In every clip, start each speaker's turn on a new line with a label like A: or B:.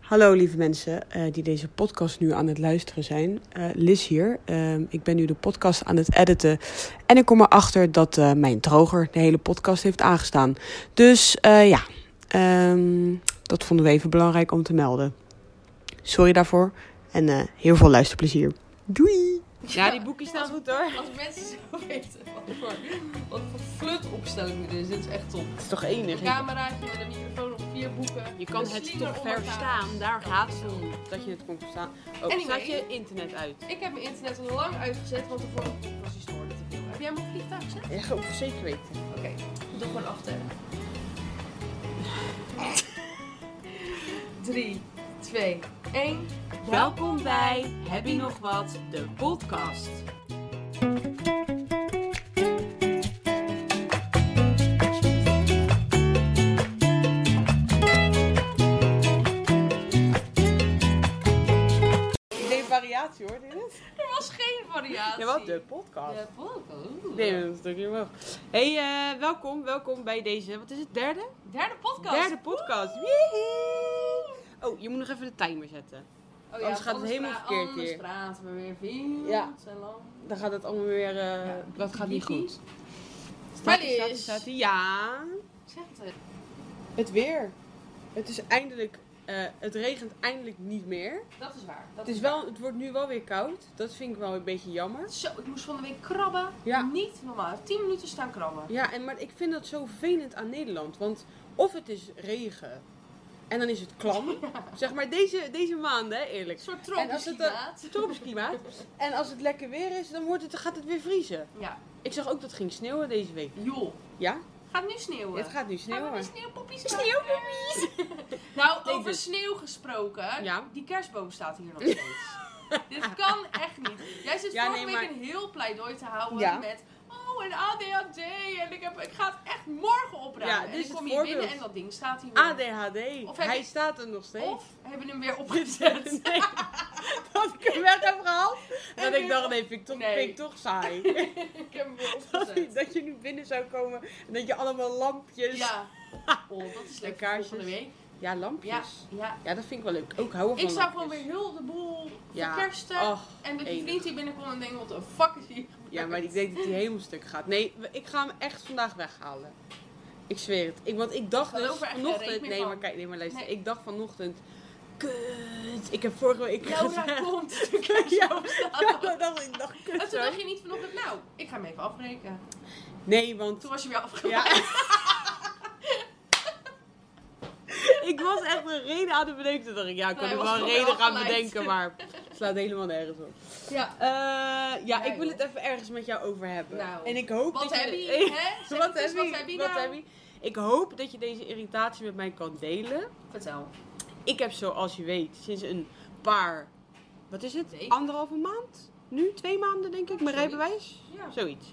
A: Hallo lieve mensen eh, die deze podcast nu aan het luisteren zijn. Eh Liz hier. Ehm, ik ben nu de podcast aan het editen. En ik kom erachter dat eh, mijn droger de hele podcast heeft aangestaan. Dus eh, ja, ehm, dat vonden we even belangrijk om te melden. Sorry daarvoor en eh, heel veel luisterplezier. Doei!
B: Ja, die boekjes staan goed hoor.
C: Als mensen zo weten wat voor, wat voor flutopstelling dit is, dit is echt top.
B: Het is toch
C: Een
B: enig?
C: cameraatje met een microfoon op vier boeken.
B: Je kan
C: Een
B: het
C: slinger
B: toch
C: onder
B: verstaan, daar gaat het om. Dat je het kon verstaan. Oh,
C: Anyway.
B: staat je internet uit?
C: elkaar. Ik heb mijn internet al lang uitgezet, want de vorige was die stoorde te veel. Heb jij hem op vliegtuig gezet?
B: Ja, over zeker weten.
C: Oké, doe gewoon aftellen. 3, 2, 1.
B: Welkom bij Heb je nog wat? De podcast.
A: Nee, variatie hoor, dit is.
C: Er was geen variatie.
B: Ja, wat? De podcast.
C: De podcast.
B: Nee, dat is toch niet mogelijk. Hey, eh, welkom, welkom bij deze, wat is het, derde?
C: Derde podcast.
B: Derde podcast. Wiehoe! Oh, je moet nog even de timer zetten.
C: Oh,
B: Anders gaat het
C: anders
B: helemaal
C: pra-
B: verkeerd
C: anders
B: hier.
C: praten we weer veel
B: Ja.
C: te lang.
B: Dan gaat het allemaal weer, eh,
C: Ja.
B: dat gaat niet goed.
C: Maar
B: Staat-ie, staat-ie,
C: dus.
B: staat-ie. Ja.
C: Zeg het. even.
B: Het weer. Het is eindelijk. eh, het regent eindelijk niet meer.
C: Dat is waar. Dat
B: Het, is wel, het wordt nu wel weer koud. Dat vind ik wel een beetje jammer.
C: Zo, ik moest van de week krabben.
B: Ja.
C: Niet normaal. 10 minuten staan krabben.
B: Ja, en, maar ik vind dat zo vervelend aan Nederland. Want of het is regen en dan is het klam. Zeg maar deze, deze maanden, hè,
C: Een
B: eerlijk.
C: soort
B: En als
C: tropisch
B: het, eh,
C: klimaat.
B: Tropisch klimaat. En als het lekker weer is, dan wordt het, gaat het weer vriezen.
C: Ja.
B: Ik zag ook dat het ging sneeuwen deze week.
C: Joh.
B: Ja?
C: Gaat nu sneeuwen.
B: Het gaat nu
C: Gaan eh. Ah, we weer
B: sneeuwen.
C: sneeuwpoppies Sneeuwpoppies. nou,
B: Nee,
C: over
B: dus.
C: sneeuw gesproken.
B: Ja.
C: Die kerstboom staat hier nog steeds. Dit kan echt niet. Jij zit
B: Ja,
C: vorige
B: nee,
C: week
B: maar-
C: een heel pleidooi te houden
B: Ja.
C: met... Oh, en ADHD. En ik, heb, ik ga het echt morgen opruimen.
B: Ja,
C: en
B: dit is
C: ik
B: het
C: kom hier binnen
B: voorbeeld.
C: en dat ding staat hier weer.
B: ADHD.
C: Of heb
B: Hij
C: ik-
B: staat er nog steeds.
C: Of hebben hem weer opgezet.
B: Nee, dat ik hem weg heb gehaald. En dat ik dacht, nee, vind ik toch,
C: Nee.
B: vind ik toch saai.
C: ik heb hem weer
B: Dat,
C: opgezet.
B: je- dat je nu binnen zou komen en dat je allemaal lampjes...
C: Ja. Oh, dat is leuk. voor
B: kaarsjes.
C: Volgende week.
B: Ja,
C: Ja,
B: lampjes. Ja.
C: ja.
B: dat vind ik wel leuk. Ook houden van
C: Ik zou gewoon
B: lampjes.
C: weer heel de boel
B: Ja.
C: verkersten.
B: Och,
C: en dat je
B: enig.
C: vriend hier binnenkomt en denkt, wat de fuck is hier gebeurd?
B: Ja, maar ik denk dat hij helemaal stuk gaat. Nee, we- ik ga hem echt vandaag weghalen. Ik zweer het. Ik, want ik dacht
C: Ik
B: dus
C: geloof er echt geen reet
B: vanochtend...
C: meer
B: Nee,
C: van.
B: maar kijk, nee, maar luister.
C: Nee.
B: Ik dacht vanochtend... Kut. Ik heb vorige week
C: Laura
B: gezegd-
C: komt. De kerst
B: Ja.
C: staat
B: Ja,
C: al.
B: dat dacht ik. dacht,
C: En
B: kut
C: toen
B: zo.
C: dacht je niet vanochtend, nou, ik ga hem even afbreken.
B: Nee, want...
C: Toen was je weer afgebroken.
B: Ja. ik was echt een reden aan het bedenken. Toen dacht ik, ja, ik kan
C: Nee,
B: er
C: was
B: wel een
C: gewoon
B: reden gaan
C: afgeleid.
B: bedenken, maar het slaat helemaal nergens op.
C: Ja.
B: Eh, ja, ik wil
C: joh.
B: het even ergens met jou over hebben.
C: Nou,
B: en ik hoop
C: Wat
B: dat
C: heb
B: je...
C: je? hè? Zeg
B: wat
C: het eens,
B: heb je?
C: Wat heb je
B: Wat
C: nou?
B: heb je? Ik hoop dat je deze irritatie met mij kan delen.
C: Vertel.
B: Ik heb zoals je weet sinds een paar... Wat is het?
C: Week.
B: Anderhalve maand? Nu? Twee maanden denk ik, mijn
C: Zoiets.
B: rijbewijs?
C: Ja.
B: Zoiets.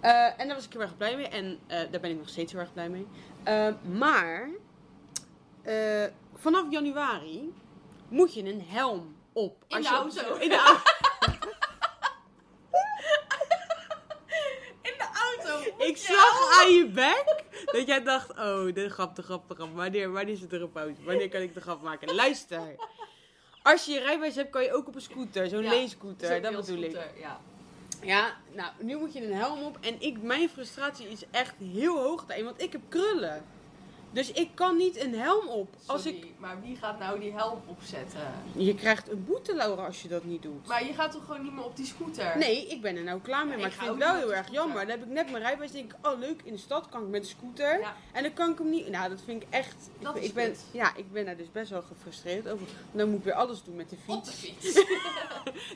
B: Eh, en daar was ik heel erg blij mee. En eh, daar ben ik nog steeds heel erg blij mee. Eh, maar eh, vanaf januari moet je een helm op.
C: In
B: Als
C: de
B: je-
C: auto.
B: In de auto.
C: In de auto.
B: ik zag aan je bek dat jij dacht, oh, de grap, de grap, de grap. Wanneer, wanneer zit er een pauze? Wanneer kan ik de grap maken? Luister. Als je je rijbewijs hebt, kan je ook op een scooter. Zo'n
C: Ja,
B: leescooter,
C: Zo'n
B: dat bedoel ik.
C: deelscooter, Ja.
B: Ja, nou, nu moet je een helm op. En ik, mijn frustratie is echt heel hoog daarin, want ik heb krullen. Dus ik kan niet een helm op. Als ik...
C: Sorry, Maar wie gaat nou die helm opzetten?
B: Je krijgt een boete, Laura, als je dat niet doet.
C: Maar je gaat toch gewoon niet meer op die scooter?
B: Nee, ik ben er nou klaar mee.
C: Ja,
B: Maar ik
C: ik
B: vind
C: ga
B: het
C: ook
B: wel
C: niet
B: heel
C: met
B: erg
C: de scooter.
B: jammer. Dan heb ik net mijn rijbewijs. denk ik, oh leuk, in de stad kan ik met de scooter.
C: Ja.
B: En dan kan ik hem niet. Nou, dat vind ik echt.
C: Dat
B: ik,
C: is
B: ik ben,
C: kut.
B: ja, ik ben daar dus best wel gefrustreerd over. Want Dan moet ik weer alles doen met de
C: Op
B: fiets.
C: de fiets.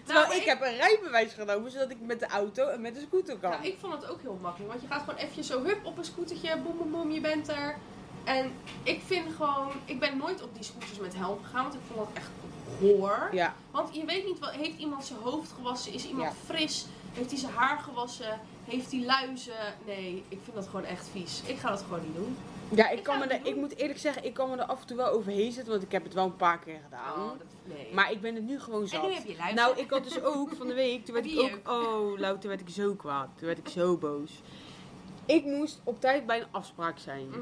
B: Terwijl
C: Nou,
B: ik, heb een rijbewijs genomen, zodat ik met de auto en met de scooter kan.
C: Nou, ik vond het ook heel makkelijk. Want je gaat gewoon even zo hup op een scootertje, boem boem boem, je bent er. En ik vind gewoon, ik ben nooit op die scooters met helm gegaan, want ik vond dat echt hoor.
B: Ja,
C: Want je weet niet, wat, heeft iemand zijn hoofd gewassen? Is iemand
B: Ja.
C: fris? Heeft hij zijn haar gewassen? Heeft hij luizen? Nee, ik vind dat gewoon echt vies. Ik ga dat gewoon niet doen.
B: ja ik,
C: Ik
B: kan
C: ga
B: me
C: het
B: daar-
C: doen.
B: ik moet eerlijk zeggen, ik kan me er af en toe wel overheen zitten, want ik heb het wel een paar keer gedaan.
C: Oh, dat, nee.
B: Nou, Maar ik ben het nu gewoon
C: en nu
B: zat.
C: heb je luizen.
B: Nou, ik had dus ook van de week, toen werd ik
C: Die
B: ook, oh Lau, toen werd ik zo kwaad. Toen werd ik zo boos. Ik moest op tijd bij een afspraak zijn.
C: Mhm.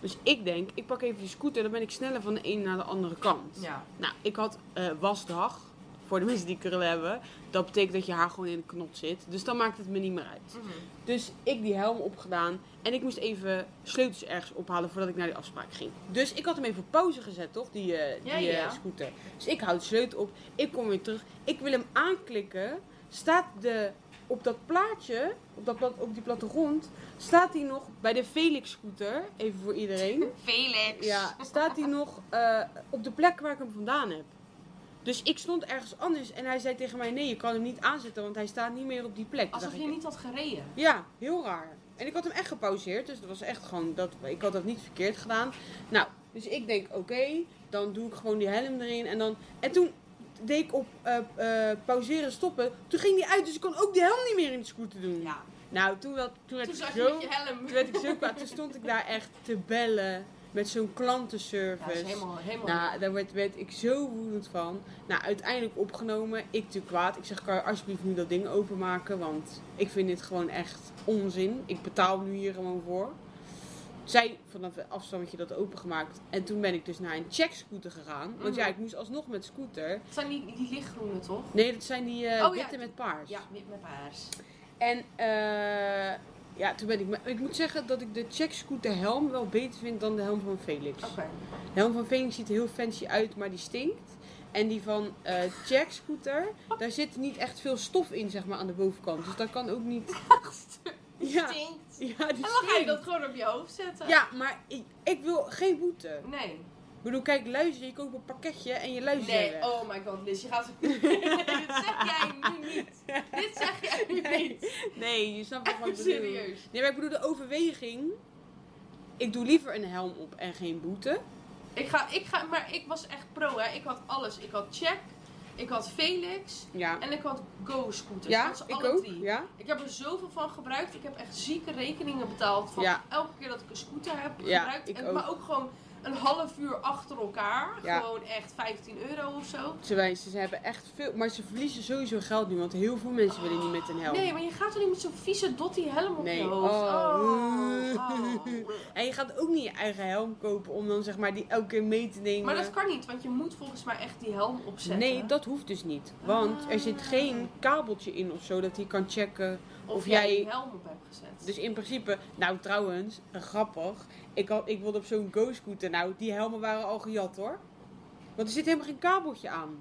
B: Dus ik denk, ik pak even die scooter, dan ben ik sneller van de een naar de andere kant.
C: Ja.
B: Nou, ik had eh, wasdag, voor de mensen die krullen hebben. Dat betekent dat je haar gewoon in de knot zit. Dus dan maakt het me niet meer uit.
C: Mhm.
B: Dus ik die helm opgedaan en ik moest even sleutels ergens ophalen voordat ik naar die afspraak ging. Dus ik had hem even op pauze gezet, toch? Die, eh,
C: Ja,
B: die
C: ja.
B: eh, scooter. Dus ik hou de sleutel op, ik kom weer terug. Ik wil hem aanklikken. Staat de, op dat plaatje, op, dat plat, op die plattegrond, staat hij nog bij de Felix scooter. Even voor iedereen.
C: Felix.
B: Ja, staat hij nog eh, op de plek waar ik hem vandaan heb. Dus ik stond ergens anders en hij zei tegen mij: Nee, je kan hem niet aanzetten, want hij staat niet meer op die plek. Toen
C: Alsof
B: dacht
C: je
B: ik,
C: niet had gereden.
B: Ja, heel raar. En ik had hem echt gepauzeerd, dus dat was echt gewoon dat ik had dat niet verkeerd gedaan. Nou, dus ik denk: Oké, dan doe ik gewoon die helm erin en dan. En toen deed ik op eh, eh, pauzeren, stoppen. Toen ging die uit, dus ik kon ook die helm niet meer in de scooter doen.
C: Ja.
B: Nou, toen, wel, toen werd
C: Toen
B: ik
C: zag je
B: zo
C: met je helm.
B: toen werd ik zo kwaad. Toen stond ik daar echt te bellen met zo'n
C: Ja, dat is
B: klantenservice.
C: helemaal, helemaal...
B: nou, daar werd, werd ik zo woedend van. Nou, uiteindelijk opgenomen. Ik te kwaad. Ik zeg, kan je alsjeblieft nu dat ding openmaken? Want ik vind dit gewoon echt onzin. Ik betaal nu hier gewoon voor. Zij vanaf een afstandje dat opengemaakt. En toen ben ik dus naar een checkscooter gegaan. Want ja,
C: Mhm.
B: ik moest alsnog met scooter.
C: Het zijn die, die lichtgroene, toch?
B: Nee, dat zijn die eh
C: Oh ja,
B: witte met paars.
C: Ja, wit met paars.
B: En eh, ja, toen ben ik. maar Ik moet zeggen dat ik de checkscooter helm wel beter vind dan de helm van Felix.
C: Oké.
B: De helm van Felix ziet er heel fancy uit, maar die stinkt. En die van eh checkscooter, daar zit niet echt veel stof in, zeg maar, aan de bovenkant. Dus dat kan ook niet. Ja,
C: Stinkt.
B: ja die
C: En dan ga je dat
B: stinkt.
C: gewoon op je hoofd zetten.
B: Ja, maar ik, ik wil geen boete.
C: Nee.
B: Ik bedoel, kijk, luizen, je koopt een pakketje en je luizen
C: Nee,
B: weg.
C: oh my god, Liz, je gaat... Dit zeg jij nu niet. Dit zeg jij nu
B: Nee,
C: niet.
B: nee, je snapt wat ik bedoel.
C: Serieus.
B: Nee, maar ik bedoel, de overweging. Ik doe liever een helm op en geen boete.
C: Ik ga, ik ga, maar ik was echt pro, hè. Ik had alles. Ik had Check, ik had Felix
B: Ja.
C: en ik had Go scooters.
B: ja,
C: dat zijn
B: ik
C: alle
B: ook.
C: drie.
B: Ja.
C: Ik heb er zoveel van gebruikt. Ik heb echt zieke rekeningen betaald van
B: Ja.
C: elke keer dat ik een scooter heb
B: Ja,
C: gebruikt.
B: ik
C: en,
B: ook.
C: Maar ook gewoon een half uur achter elkaar.
B: Ja.
C: Gewoon echt 15 euro of zo.
B: Ze, wij- ze, ze hebben echt veel, maar ze verliezen sowieso geld nu, want heel veel mensen willen niet met een helm.
C: Nee, maar je gaat toch niet met zo'n vieze dotty helm op
B: Nee.
C: je hoofd?
B: Oh.
C: Oh.
B: En je gaat ook niet je eigen helm kopen om dan zeg maar die elke keer mee te nemen.
C: Maar dat kan niet, want je moet volgens mij echt die helm opzetten.
B: Nee, dat hoeft dus niet. Want er zit
C: Ah.
B: geen kabeltje in of zo dat hij kan checken.
C: Of,
B: of
C: jij
B: jij-
C: die helm op hebt gezet.
B: Dus in principe, nou trouwens, eh, grappig. Ik, had, ik wilde op zo'n go-scooter, nou die helmen waren al gejat hoor. Want er zit helemaal geen kabeltje aan.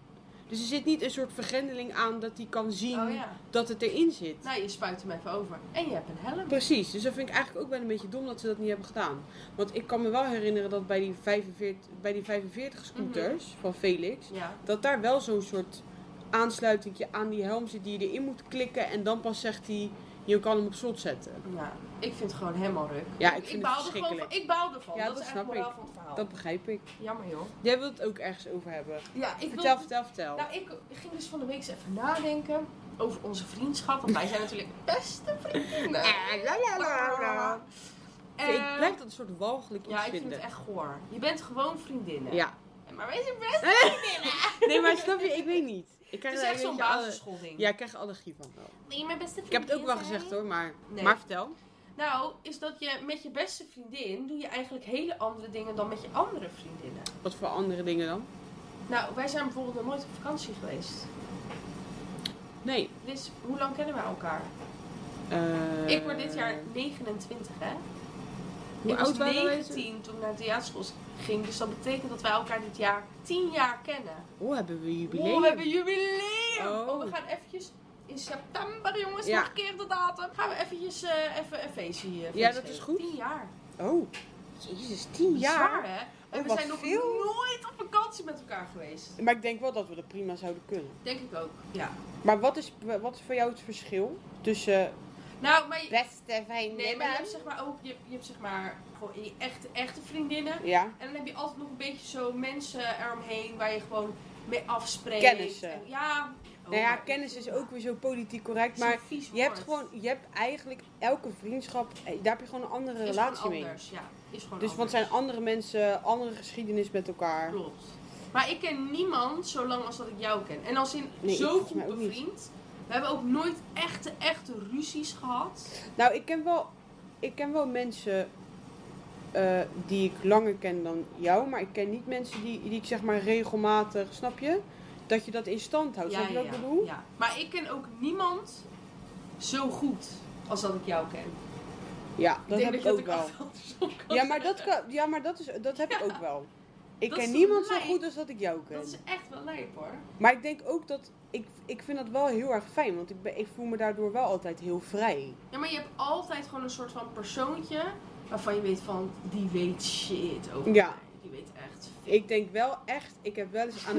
B: Dus er zit niet een soort vergrendeling aan dat hij kan zien
C: Oh ja.
B: dat het erin zit.
C: Nou, je spuit hem even over. En je hebt een helm.
B: Precies, dus dat vind ik eigenlijk ook wel een beetje dom dat ze dat niet hebben gedaan. Want ik kan me wel herinneren dat bij die 45, bij die 45 scooters
C: Mhm.
B: van Felix,
C: Ja.
B: dat daar wel zo'n soort aansluitingje aan die helm zit die je erin moet klikken en dan pas zegt hij, je kan hem op slot zetten.
C: ja. Ik vind het gewoon helemaal ruk.
B: Ja, ik vind het
C: baalde gewoon
B: verschrikkelijk.
C: Van, ik baalde ervan.
B: Ja,
C: dat,
B: dat
C: is echt
B: snap
C: moraal
B: ik.
C: van het verhaal.
B: Dat begrijp ik.
C: Jammer joh.
B: Jij wilt het ook ergens over hebben.
C: Ja, ik
B: vertel,
C: wil...
B: vertel, vertel.
C: Nou, ik ging dus van de week eens even nadenken over onze vriendschap. Want wij zijn natuurlijk beste vriendinnen.
B: Ah, la, la, la, la. ik
C: Eh,
B: blijf dat een soort walgelijk iets
C: Ja, ik vind
B: vinden.
C: het echt goor. Je bent gewoon vriendinnen.
B: Ja.
C: Maar wij zijn best
B: Nee, maar snap je, ik weet niet. Ik krijg
C: Het is
B: daar
C: echt
B: een
C: zo'n
B: beetje alle-
C: basisschoolding.
B: Ja, ik krijg er allergie van wel.
C: Ben je mijn beste
B: Ik
C: vriendin?
B: heb het ook wel gezegd hoor, maar,
C: Nee.
B: maar vertel.
C: Nou, is dat je met je beste vriendin doe je eigenlijk hele andere dingen dan met je andere vriendinnen.
B: Wat voor andere dingen dan?
C: Nou, wij zijn bijvoorbeeld nog nooit op vakantie geweest.
B: Nee.
C: Dus hoe lang kennen wij elkaar?
B: eh,
C: ik word dit jaar 29, hè?
B: Hoe
C: ik
B: oud
C: was
B: waren wij
C: 19 toen ik naar de theaterschool ging. Dus dat betekent dat wij elkaar dit jaar 10 jaar kennen.
B: toen? Oh, hebben we jubileum?
C: Oh, we hebben jubileum!
B: Oh.
C: Oh. we gaan eventjes in september, jongens,
B: Ja.
C: nog een keer de datum. Gaan we eventjes eh, even een feestje hier.
B: Ja, dat is goed.
C: 10 jaar.
B: Oh, jezus, tien
C: Ja.
B: jaar.
C: Zwaar, hè? En
B: Oh,
C: we
B: wat
C: zijn nog
B: veel.
C: nooit op vakantie met elkaar geweest.
B: Maar ik denk wel dat we dat prima zouden kunnen.
C: Denk ik ook, ja.
B: Maar wat is, wat is voor jou het verschil tussen
C: Nou, maar je,
B: beste vrienden?
C: nee, maar je hebt zeg maar ook, je, je hebt zeg maar gewoon je echte, echte vriendinnen.
B: Ja,
C: En dan heb je altijd nog een beetje zo mensen eromheen waar je gewoon mee afspreekt.
B: Kennissen.
C: En- Ja. Oh,
B: nou ja,
C: maar-
B: kennis is ook weer zo politiek correct,
C: Zo'n
B: maar
C: vies
B: je hebt
C: woord.
B: gewoon, je hebt eigenlijk elke vriendschap, eh, daar heb je gewoon een andere
C: Is
B: relatie
C: gewoon
B: mee.
C: anders, ja. Is gewoon
B: Dus want
C: anders.
B: zijn andere mensen, andere geschiedenis met elkaar.
C: Klopt. Maar ik ken niemand zo lang als dat ik jou ken. En als in
B: Nee, ik
C: zo
B: volgens
C: goed
B: mij ook niet.
C: bevriend. We hebben ook nooit echte,
B: Oh,
C: echte ruzies gehad.
B: Nou, ik ken wel, ik ken wel mensen eh, die ik langer ken dan jou. Maar ik ken niet mensen die, die ik zeg maar regelmatig, snap je? Dat je dat in stand houdt. snap je wat ik bedoel?
C: ja. Maar ik ken ook niemand zo goed als dat ik jou ken.
B: Ja, dat
C: ik
B: heb
C: denk
B: ik
C: dat
B: ook
C: ik
B: wel.
C: af- andersom kan
B: Ja, maar dat, kan, ja, maar dat, is, dat heb ik ook wel. Ik
C: Dat is
B: ken
C: toch
B: niemand zo
C: lijp?
B: goed als dat ik jou ken.
C: Dat is echt wel lijp hoor.
B: Maar ik denk ook dat. Ik, ik vind dat wel heel erg fijn, want ik, ben, ik voel me daardoor wel altijd heel vrij.
C: Ja, maar je hebt altijd gewoon een soort van persoontje waarvan je weet van die weet shit over
B: Ja.
C: mij. Die weet echt veel.
B: Ik denk wel echt, ik heb wel eens aan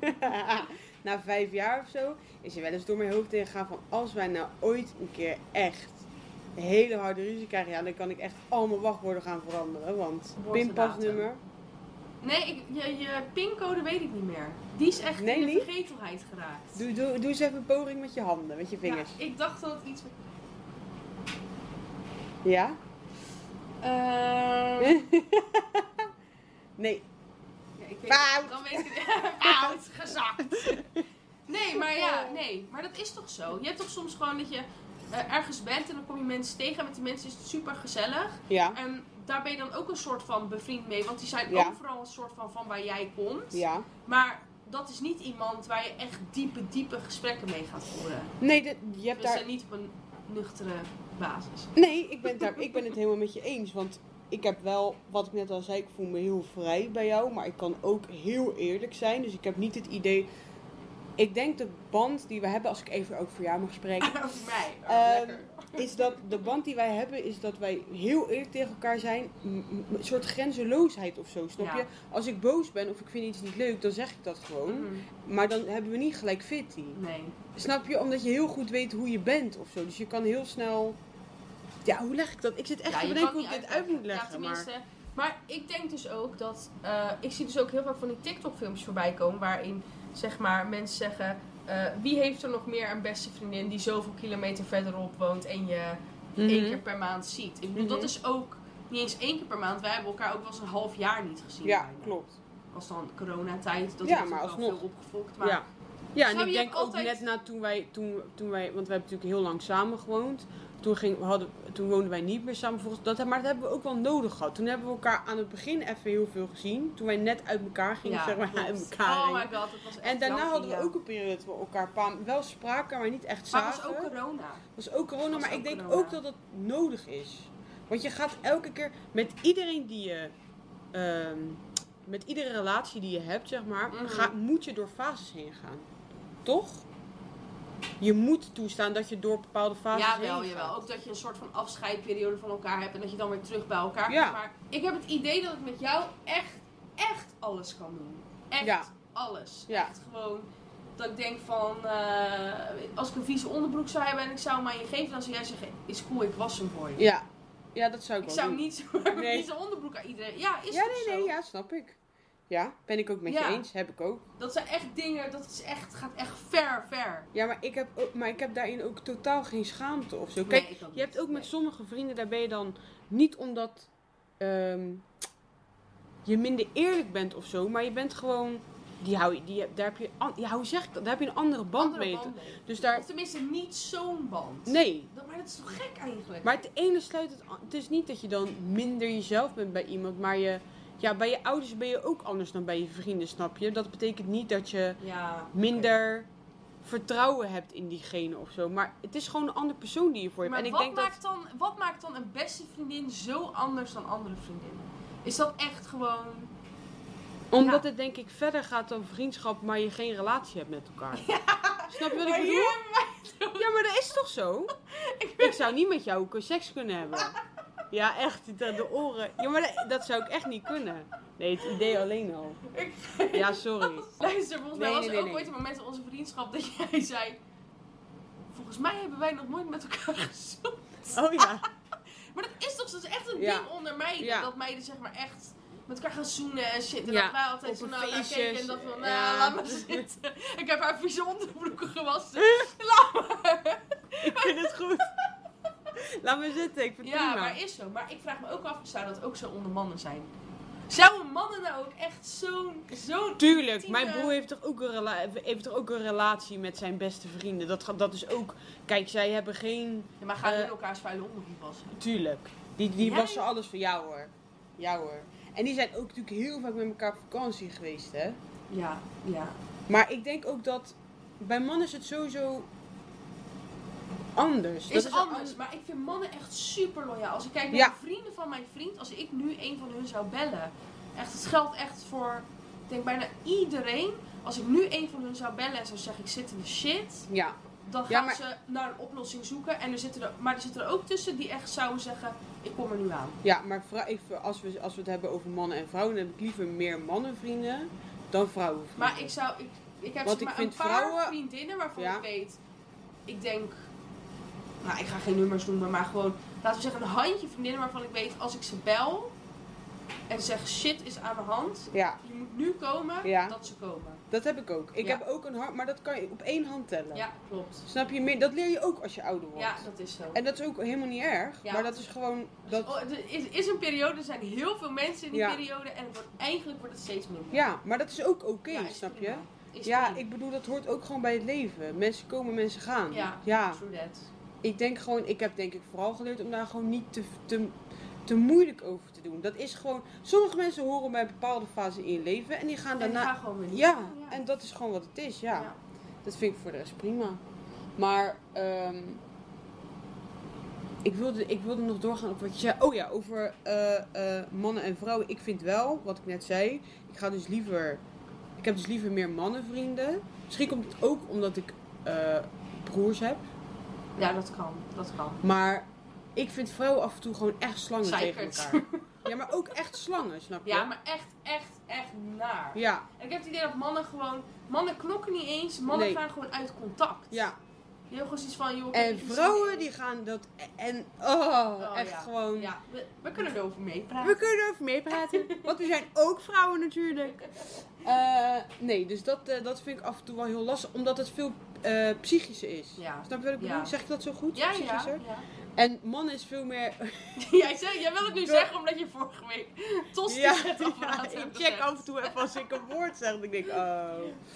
B: het. na vijf jaar of zo, is er wel eens door mijn hoofd heen gegaan van. Als wij nou ooit een keer echt een hele harde ruzie krijgen, ja, dan kan ik echt al mijn wachtwoorden gaan veranderen. Want
C: Wordt de
B: pinpasnummer.
C: Nee, ik, je, je pincode weet ik niet meer. Die is echt
B: Nee,
C: in de
B: niet?
C: vergetelheid geraakt.
B: Doe, doe, doe eens even een poging met je handen, met je vingers.
C: Ja, ik dacht dat het iets...
B: Ja?
C: Eh, Ehm,
B: Eh? Nee.
C: Ja, ik weet,
B: Fout.
C: Dan weet ik het. Fout, gezakt. Nee, maar ja, nee. Maar dat is toch zo? Je hebt toch soms gewoon dat je eh, ergens bent en dan kom je mensen tegen. En met die mensen is het super gezellig.
B: Ja.
C: En daar ben je dan ook een soort van bevriend mee. Want die zijn
B: Ja.
C: overal een soort van van waar jij komt.
B: Ja.
C: Maar dat is niet iemand waar je echt diepe, diepe gesprekken mee gaat voeren.
B: Nee, dit- je hebt
C: Dus
B: daar
C: eh, niet op een nuchtere basis.
B: Nee, ik ben, het daar, ik ben het helemaal met je eens. Want ik heb wel, wat ik net al zei, ik voel me heel vrij bij jou. Maar ik kan ook heel eerlijk zijn. Dus ik heb niet het idee. Ik denk de band die we hebben, als ik even ook voor jou mag spreken.
C: Over mij. Oh,
B: Ehm,
C: lekker.
B: Is dat de band die wij hebben, is dat wij heel eerlijk tegen elkaar zijn. M- m- Een soort grenzeloosheid of zo, snap
C: Ja.
B: je? Als ik boos ben of ik vind iets niet leuk, dan zeg ik dat gewoon.
C: Mhm.
B: Maar dan hebben we niet gelijk fitty.
C: Nee.
B: Snap je? Omdat je heel goed weet hoe je bent of zo. Dus je kan heel snel. Ja, hoe leg ik dat? Ik zit echt
C: Ja,
B: te
C: je
B: bedenken
C: kan
B: hoe ik
C: niet
B: dit uit moet
C: Ja,
B: leggen. maar...
C: tenminste. Maar... ik denk dus ook dat. eh, ik zie dus ook heel vaak van die TikTok-filmpjes voorbij komen. waarin zeg maar mensen zeggen. eh, wie heeft er nog meer een beste vriendin die zoveel kilometer verderop woont en je één keer per maand ziet? Ik bedoel, dat
B: Mhm.
C: is ook niet eens één keer per maand. Wij hebben elkaar ook wel eens een half jaar niet gezien.
B: Ja,
C: bijna.
B: klopt.
C: Als dan coronatijd, dat
B: Ja,
C: is natuurlijk
B: maar
C: wel
B: alsnog.
C: veel opgefokt. Maar
B: ja. ja, en
C: Snap
B: ik
C: je, je
B: denk
C: hebt
B: ook
C: altijd-
B: net na toen wij, toen, toen wij, want we hebben natuurlijk heel lang samen gewoond. Toen, ging, we hadden, toen woonden wij niet meer samen volgens dat, maar dat hebben we ook wel nodig gehad. Toen hebben we elkaar aan het begin even heel veel gezien. Toen wij net uit elkaar gingen,
C: Ja,
B: zeg maar,
C: klopt.
B: uit elkaar.
C: Oh my
B: gingen.
C: god, dat was echt
B: en daarna
C: jammer,
B: hadden we
C: ja.
B: ook een periode dat we elkaar pa- wel spraken, maar niet echt
C: Maar
B: zagen.
C: het was ook corona.
B: Dat is ook corona,
C: Dat is
B: maar
C: ook
B: ik denk
C: corona.
B: ook dat het nodig is. Want je gaat elke keer met iedereen die je. ehm, met iedere relatie die je hebt, zeg maar,
C: Mhm.
B: ga- moet je door fases heen gaan. Toch? Je moet toestaan dat je door bepaalde fases
C: Ja,
B: heen
C: wel,
B: gaat.
C: jawel. Ook dat je een soort van afscheidperiode van elkaar hebt en dat je dan weer terug bij elkaar
B: Ja.
C: komt. Maar ik heb het idee dat ik met jou echt, echt alles kan doen. Echt
B: Ja.
C: alles.
B: Ja.
C: Echt gewoon dat ik denk van, eh, als ik een vieze onderbroek zou hebben en ik zou hem aan je geven, dan zou jij zeggen, is cool, ik was hem voor je.
B: Ja. ja, dat zou ik,
C: Ik
B: wel
C: zou
B: doen.
C: niet zo'n
B: Nee.
C: vieze onderbroek aan iedereen... Ja, is
B: ja,
C: toch
B: nee,
C: zo?
B: nee, ja, snap ik. Ja, ben ik ook met
C: Ja.
B: je eens, heb ik ook.
C: Dat zijn echt dingen, dat is echt, gaat echt ver, ver.
B: Ja, maar ik heb, ook, maar ik heb daarin ook totaal geen schaamte of zo. Kijk,
C: Nee, ik ook
B: Je hebt
C: niet.
B: ook met
C: Nee.
B: sommige vrienden, daar ben je dan niet omdat ehm, je minder eerlijk bent of zo, maar je bent gewoon. Die hou je, die, heb- daar heb je, an- ja, hoe zeg ik dat? Daar heb je een andere band
C: Andere
B: mee.
C: band mee.
B: Dus daar,
C: Of tenminste, niet zo'n band.
B: nee.
C: Dat- Maar dat is toch gek eigenlijk?
B: Maar het ene sluit het an- Het is niet dat je dan minder jezelf bent bij iemand, maar je, ja, bij je ouders ben je ook anders dan bij je vrienden, snap je? Dat betekent niet dat je
C: Ja.
B: minder vertrouwen hebt in diegene of zo. Maar het is gewoon een andere persoon die je voor hebt.
C: Maar
B: en ik
C: wat,
B: denk dat.
C: maakt dan, wat maakt dan een beste vriendin zo anders dan andere vriendinnen? Is dat echt gewoon...
B: Omdat
C: Ja.
B: het denk ik verder gaat dan vriendschap, maar je geen relatie hebt met elkaar. Snap je wat ik
C: Maar
B: bedoel?
C: hier
B: Ja, maar dat is toch zo? ik, zou niet met jou ook seks kunnen hebben. Ja, echt, de, de oren. Ja, maar dat, dat zou ik echt niet kunnen. Nee, het idee alleen al.
C: Ik-
B: Ja, sorry.
C: Luister, volgens mij
B: Nee,
C: was
B: nee,
C: er
B: nee,
C: ook
B: nee.
C: ooit een moment in onze vriendschap dat jij zei... Volgens mij hebben wij nog nooit met elkaar gezoend.
B: Oh ja.
C: Maar dat is toch dat is echt een
B: Ja.
C: ding onder meiden.
B: Ja.
C: Dat meiden zeg maar echt met elkaar gaan zoenen en shit. En
B: Ja,
C: dat wij altijd
B: op
C: zo
B: een
C: naar elkaar
B: feestjes.
C: keken en dat we... Nou,
B: Ja.
C: laat maar zitten. Ik heb haar vieze onderbroeken gewassen.
B: Ik vind het goed. Laat me zitten, ik vind het
C: Ja,
B: prima.
C: maar is zo. Maar ik vraag me ook af, zou dat ook zo onder mannen zijn? Zouden mannen nou ook echt zo'n... zo'n
B: Tuurlijk,
C: Tine.
B: mijn broer heeft toch, ook een rela- heeft toch ook een relatie met zijn beste vrienden. Dat, gaat- dat is ook... Kijk, zij hebben geen...
C: Ja, maar gaan
B: Eh.
C: jullie elkaars vuile onderbroek wassen?
B: Tuurlijk. Die, die
C: Jij?
B: wassen alles voor jou hoor. Ja hoor. En die zijn ook natuurlijk heel vaak met elkaar op vakantie geweest, hè?
C: Ja, ja.
B: Maar ik denk ook dat bij mannen is het sowieso anders.
C: is,
B: dat
C: anders,
B: an-
C: maar ik vind mannen echt super loyaal. Als ik kijk naar
B: Ja.
C: de vrienden van mijn vriend, als ik nu een van hun zou bellen. Echt, het geldt echt voor, ik denk bijna iedereen. Als ik nu een van hun zou bellen en zou zeggen, ik zit in de shit.
B: Ja,
C: Dan gaan
B: Ja, maar-
C: ze naar een oplossing zoeken. En er zitten er, maar er zitten er ook tussen die echt zouden zeggen, ik kom er nu aan.
B: ja maar vrou- ik, als, we, als we het hebben over mannen en vrouwen, dan heb ik liever meer mannenvrienden dan vrouwenvrienden.
C: Maar ik zou, ik, ik heb
B: Want
C: zeg
B: ik
C: maar
B: vind
C: een paar
B: vrouwen-
C: vriendinnen waarvan
B: Ja.
C: ik weet, ik denk, nou ik ga geen nummers noemen, maar gewoon, laten we zeggen een handje vriendinnen waarvan ik weet, als ik ze bel en zeg shit is aan de hand,
B: Ja,
C: je moet nu komen,
B: Ja.
C: dat ze komen.
B: dat heb ik ook. Ik
C: Ja.
B: heb ook een hart, maar dat kan je op één hand tellen.
C: Ja, klopt.
B: Snap je? Meer- Dat leer je ook als je ouder wordt.
C: Ja, dat is zo.
B: En dat is ook helemaal niet erg,
C: Ja.
B: maar dat is gewoon... Dat,
C: Oh, er is, is een periode, er zijn heel veel mensen in die
B: Ja.
C: periode en het wordt, eigenlijk wordt het steeds minder.
B: ja, maar dat is ook oké,
C: Ja, is
B: snap je?
C: prima. Is
B: Ja,
C: prima.
B: ik bedoel, dat hoort ook gewoon bij het leven. Mensen komen, mensen gaan.
C: Ja.
B: ja.
C: True that.
B: Ik denk gewoon, ik heb denk ik vooral geleerd om daar gewoon niet te, te, te moeilijk over te doen. Dat is gewoon, sommige mensen horen bij een bepaalde fase in je leven en die gaan
C: En ik
B: daarna.
C: ga gewoon weer niet.
B: ja, en dat is gewoon wat het is, ja.
C: Ja.
B: Dat vind ik voor de rest prima. Maar, ehm, ik, wilde, ik wilde nog doorgaan op wat je zei. Oh ja, over eh, eh, mannen en vrouwen. Ik vind wel, wat ik net zei, ik ga dus liever, ik heb dus liever meer mannenvrienden. Misschien komt het ook omdat ik eh, broers heb.
C: ja, dat kan. Dat kan.
B: Maar ik vind vrouwen af en toe gewoon echt slangen
C: Zeikert.
B: tegen elkaar. Ja, maar ook echt slangen, snap je?
C: Ja, maar echt, echt, echt naar.
B: ja,
C: En ik heb het idee dat mannen gewoon... Mannen knokken niet eens, mannen
B: Nee.
C: gaan gewoon uit contact.
B: ja.
C: Je hebt gewoon zoiets van... Joh, ik heb
B: En
C: iets
B: vrouwen
C: gezien.
B: die gaan dat... e- En oh,
C: Oh,
B: echt
C: ja.
B: gewoon...
C: Ja, we, we kunnen erover meepraten.
B: We kunnen erover meepraten, want we zijn ook vrouwen natuurlijk. Eh, nee, dus dat, eh, dat vind ik af en toe wel heel lastig, omdat het veel eh, psychischer is.
C: Ja.
B: Snap je wat ik
C: Ja.
B: bedoel? Zeg ik dat zo goed?
C: Ja, ja,
B: psychischer?
C: ja.
B: En mannen is veel meer...
C: Jij, zei, jij wil het nu
B: Door-
C: zeggen omdat je vorige week tosti
B: Ja,
C: het
B: ja,
C: apparaat
B: ik
C: hebt
B: check
C: gezet.
B: af en toe even als ik een woord zeg, dat ik denk, oh...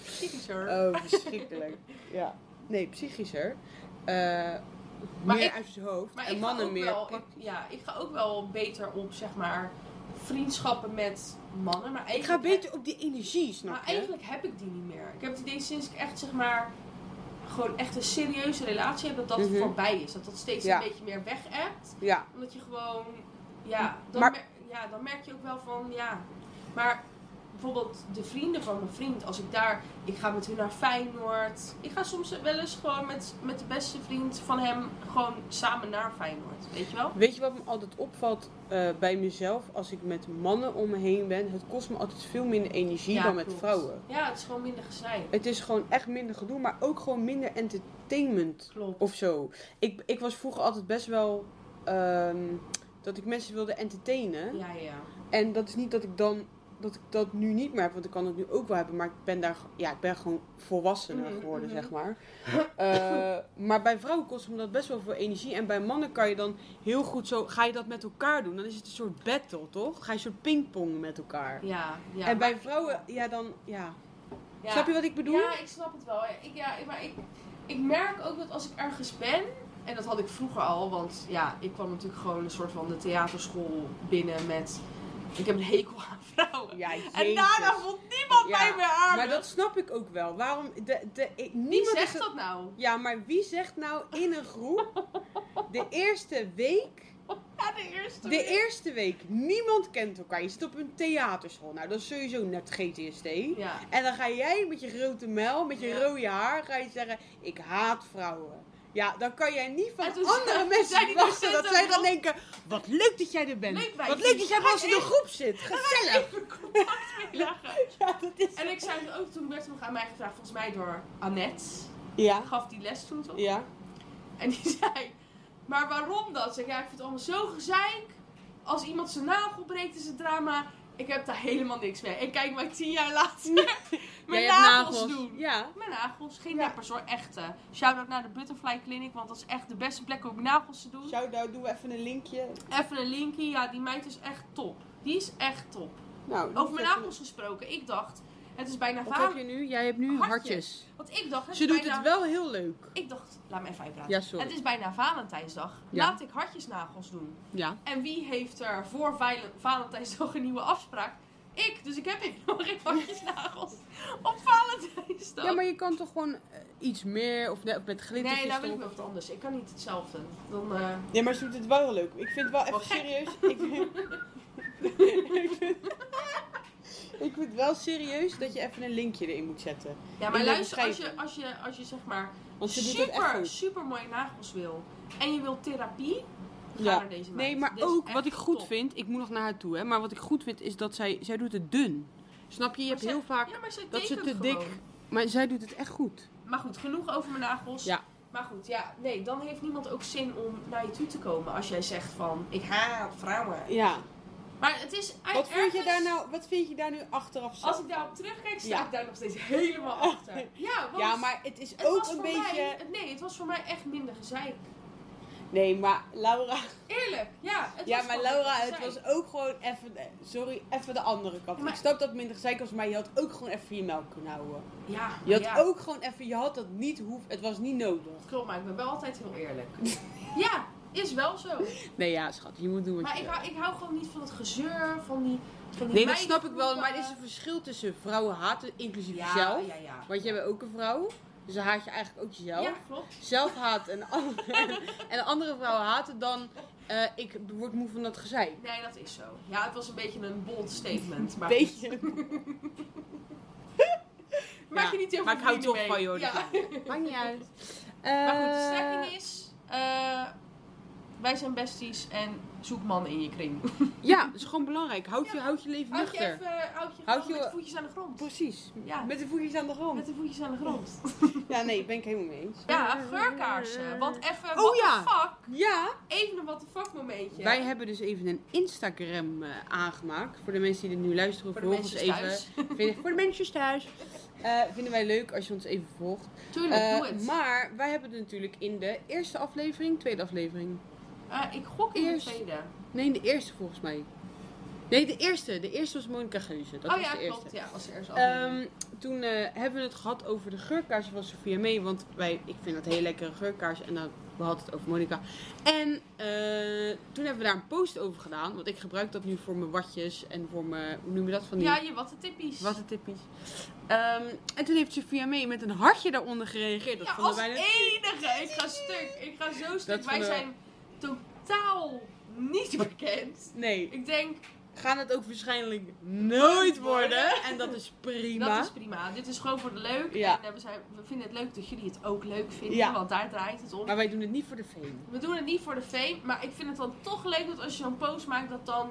C: Psychischer.
B: Oh, verschrikkelijk. ja. Nee, psychischer. Eh
C: Maar
B: meer
C: ik-
B: uit je hoofd.
C: Maar
B: Oh, en
C: ik ga
B: mannen
C: ook
B: meer.
C: wel,
B: prak-
C: ik, ja, ik ga ook wel beter op, zeg maar, vriendschappen met mannen. Maar
B: ik ga
C: eigenlijk-
B: beter op die energie, snap
C: Maar
B: je?
C: eigenlijk heb ik die niet meer. Ik heb het idee sinds ik echt zeg maar gewoon echt een serieuze relatie heb, dat dat
B: Mhm.
C: voorbij is. Dat dat steeds
B: Ja.
C: een beetje meer weg appt.
B: Ja,
C: Omdat je gewoon, ja dan,
B: Maar-
C: mer- ja, dan merk je ook wel van, ja. Maar bijvoorbeeld de vrienden van mijn vriend, als ik daar, ik ga met hun naar Feyenoord. Ik ga soms wel eens gewoon met, met de beste vriend van hem gewoon samen naar Feyenoord. Weet je wel?
B: weet je wat me altijd opvalt eh, bij mezelf als ik met mannen om me heen ben? Het kost me altijd veel minder energie
C: ja,
B: dan met
C: klopt.
B: vrouwen.
C: Ja, het is gewoon minder gezeik.
B: Het is gewoon echt minder gedoe, maar ook gewoon minder entertainment.
C: Klopt.
B: of zo. Ik, ik was vroeger altijd best wel ehm, dat ik mensen wilde entertainen.
C: Ja, ja.
B: En dat is niet dat ik dan dat ik dat nu niet meer heb, want ik kan het nu ook wel hebben, maar ik ben daar, ja, ik ben gewoon volwassener
C: Mhm,
B: geworden,
C: mhm.
B: zeg maar. Eh, maar bij vrouwen kost me dat best wel veel energie en bij mannen kan je dan heel goed zo, ga je dat met elkaar doen, dan is het een soort battle, toch? Ga je een soort pingpong met elkaar.
C: ja, ja.
B: en bij
C: maar-
B: vrouwen, ja, dan, ja.
C: Ja.
B: Snap je wat ik bedoel?
C: Ja, ik snap het wel. Ik, ja, ik- maar ik, ik merk ook dat als ik ergens ben, en dat had ik vroeger al, want ja, ik kwam natuurlijk gewoon een soort van de theaterschool binnen met. Ik heb een hekel aan vrouwen.
B: Ja,
C: En
B: jezus.
C: daarna vond niemand
B: Ja,
C: mij meer aan.
B: Maar dat snap ik ook wel. Waarom, de, de, ik, niemand
C: Wie
B: is
C: zegt
B: het-
C: dat nou?
B: Ja, maar wie zegt nou in een groep de eerste week
C: Ja, de eerste.
B: De eerste week, niemand kent elkaar. Je zit op een theaterschool. Nou, dat is sowieso net GTSD.
C: Ja.
B: En dan ga jij met je grote mel, met je
C: Ja.
B: rode haar, ga je zeggen: Ik haat vrouwen. Ja, dan kan jij niet van
C: En toen
B: andere
C: zei-
B: mensen
C: zei die
B: verwachten dat
C: docent
B: zij
C: ook
B: gaan
C: nog-
B: denken: Wat leuk dat jij er bent.
C: Leuk meisje.
B: Wat leuk dat jij
C: Ga
B: wel eens in
C: ik
B: de groep zit. Gezellig.
C: lachen.
B: Ja, dat is.
C: En ik zei het ook, toen werd er nog aan mij gevraagd, volgens mij door Annette.
B: Ja.
C: Gaf die les toen toch?
B: Ja.
C: En die zei, maar waarom dat? Zeg, ja, ik vind het allemaal zo gezeik. Als iemand zijn nagel breekt is het drama. Ik heb daar helemaal niks mee. En kijk maar tien jaar later mijn
B: Jij hebt
C: nagels, doen.
B: Ja.
C: Mijn nagels, geen
B: Ja.
C: nippers hoor, echte. Shout-out naar de Butterfly Clinic, want dat is echt de beste plek om nagels te doen.
B: Shout-out, doen we even een linkje.
C: Even een linkie, ja die meid is echt top. Die is echt top.
B: Nou, doe
C: Over mijn
B: even-
C: nagels gesproken, ik dacht, Het is bijna
B: Wat heb
C: vader.
B: je nu? Jij hebt nu hartjes.
C: Hartjes. Want ik dacht, het
B: Ze
C: is
B: doet
C: bijna...
B: het wel heel leuk.
C: Ik dacht, laat me even uitpraten.
B: Ja, sorry.
C: Het is bijna Valentijnsdag.
B: Ja.
C: Laat ik hartjesnagels doen.
B: Ja.
C: En wie heeft er voor Vale- Valentijnsdag een nieuwe afspraak? Ik, dus ik heb helemaal geen hartjesnagels op Valentijnsdag.
B: Ja, maar je kan toch gewoon eh, iets meer of net met glittertjes
C: nee, nou wil ik
B: erop.
C: wel wat anders. Ik kan niet hetzelfde. Dan, eh,
B: Ja, maar ze doet het wel heel leuk. Ik vind het wel even
C: Wat gek.
B: serieus. Ik vind, ik, vind, ik vind wel serieus dat je even een linkje erin moet zetten.
C: Ja,
B: wil
C: maar
B: het
C: luister, als je,
B: begrijpen.
C: als, je, als je zeg maar
B: Want ze doet het echt
C: super,
B: goed.
C: super mooie nagels wil en je wil therapie, ga
B: Ja.
C: naar deze meid.
B: Nee, maar
C: Dit is
B: ook
C: echt
B: wat ik goed
C: top.
B: vind, ik moet nog naar haar toe, hè, maar wat ik goed vind is dat zij, zij doet het dun. Snap je? Je
C: Maar
B: hebt
C: zij-
B: heel vaak,
C: ja, maar zij
B: dat ze
C: tekent
B: te dik-
C: gewoon.
B: maar zij doet het echt goed.
C: Maar goed, genoeg over mijn nagels.
B: Ja.
C: Maar goed, ja, nee, dan heeft niemand ook zin om naar je toe te komen als jij zegt van, ik haat vrouwen.
B: Ja.
C: Maar het is
B: Wat vind je
C: ergens-
B: daar nou, wat vind je daar nu achteraf zelf
C: Als ik daarop terugkijk, sta
B: Ja.
C: ik daar nog steeds helemaal achter. Ja, want
B: Ja, maar het is
C: het
B: ook
C: was
B: een
C: voor
B: beetje.
C: Mij, nee, het was voor mij echt minder gezeik.
B: Nee, maar Laura.
C: Eerlijk, ja. Het
B: Ja,
C: was
B: maar
C: gewoon
B: Laura,
C: minder
B: het
C: gezeik.
B: was ook gewoon even. eh, Sorry, even de andere kant.
C: Ja, maar-
B: Ik snap dat het minder gezeik was, maar je had ook gewoon even je melk kunnen houden.
C: Ja,
B: Je had
C: ja.
B: ook gewoon even. Je had dat niet hoeven. Het was niet nodig.
C: Klopt, maar ik ben wel altijd heel eerlijk. ja, is wel zo.
B: Nee, ja, schat, je moet doen
C: Maar ik hou, ik hou gewoon niet van het gezeur, van die. Van die
B: Nee, dat
C: meiden
B: snap ik wel.
C: groepen.
B: Maar er is een verschil tussen vrouwen haten, inclusief
C: ja,
B: jezelf.
C: Ja, ja.
B: Want jij bent ook een vrouw. Dus dan haat je eigenlijk ook jezelf.
C: ja, klopt.
B: Zelf haat en, andere, en andere vrouwen haten dan. eh, ik word moe van dat gezeik.
C: Nee, dat is zo. Ja, het was een beetje een bold statement. Maar
B: Beetje.
C: Maak
B: Ja,
C: je niet heel
B: maar
C: veel
B: ik hou
C: vrienden
B: toch
C: mee.
B: van dus- je, hoor.
C: Ja.
B: Maakt niet uit.
C: Maar
B: Eh.
C: goed, de strekking is. eh, wij zijn besties en zoek mannen in je kring.
B: Ja, dat is gewoon belangrijk. Houd je,
C: Ja.
B: houd je leven
C: Houd je
B: nuchter.
C: even eh, houd je
B: Houd
C: gewoon
B: je-
C: met de voetjes aan de grond.
B: Precies.
C: Ja,
B: Met de voetjes aan de grond.
C: met de voetjes aan de grond.
B: Ja, nee, ik ben ik helemaal mee eens.
C: Ja, geurkaarsen. Want even,
B: Oh,
C: what
B: ja.
C: the fuck.
B: Ja,
C: Even een what the fuck momentje.
B: wij hebben dus even een Instagram eh, aangemaakt. Voor de mensen die dit nu luisteren,
C: Voor de
B: volg ons
C: mensen
B: even.
C: thuis.
B: Vind- voor de mensen thuis. Eh, vinden wij leuk als je ons even volgt.
C: Tuurlijk,
B: Eh,
C: doe het.
B: maar wij hebben het natuurlijk in de eerste aflevering, tweede aflevering.
C: Eh, ik gok in
B: Eerst-
C: de tweede.
B: Nee, in de eerste volgens mij. Nee, de eerste. De eerste was Monica Geuze. Dat
C: oh
B: was
C: ja,
B: de eerste.
C: klopt. Ja, als er is
B: Ehm, toen eh, hebben we het gehad over de geurkaarsen van Sophia mee. Want wij, ik vind dat heel lekkere geurkaars. En dan, we hadden het over Monica. En eh, toen hebben we daar een post over gedaan. Want ik gebruik dat nu voor mijn watjes en voor mijn, hoe noem je dat van die?
C: Ja, je wat een tippies.
B: Wat een tippies. Ehm, en toen heeft Sophia mee met een hartje daaronder gereageerd. Dat
C: ja,
B: vonden
C: als
B: wij dus- net-
C: enige. Ik ga stuk. Ik ga zo stuk.
B: Dat
C: wij
B: vonden we-
C: zijn totaal niet bekend.
B: Nee,
C: Ik denk,
B: gaan het ook waarschijnlijk nooit worden. En dat is prima.
C: dat is prima. Dit is gewoon voor de leuk.
B: Ja.
C: En eh, we, zijn, we vinden het leuk dat jullie het ook leuk vinden.
B: Ja.
C: Want daar draait het om.
B: Maar wij doen het niet voor de fame.
C: We doen het niet voor de fame, maar ik vind het dan toch leuk dat als je zo'n post maakt, dat dan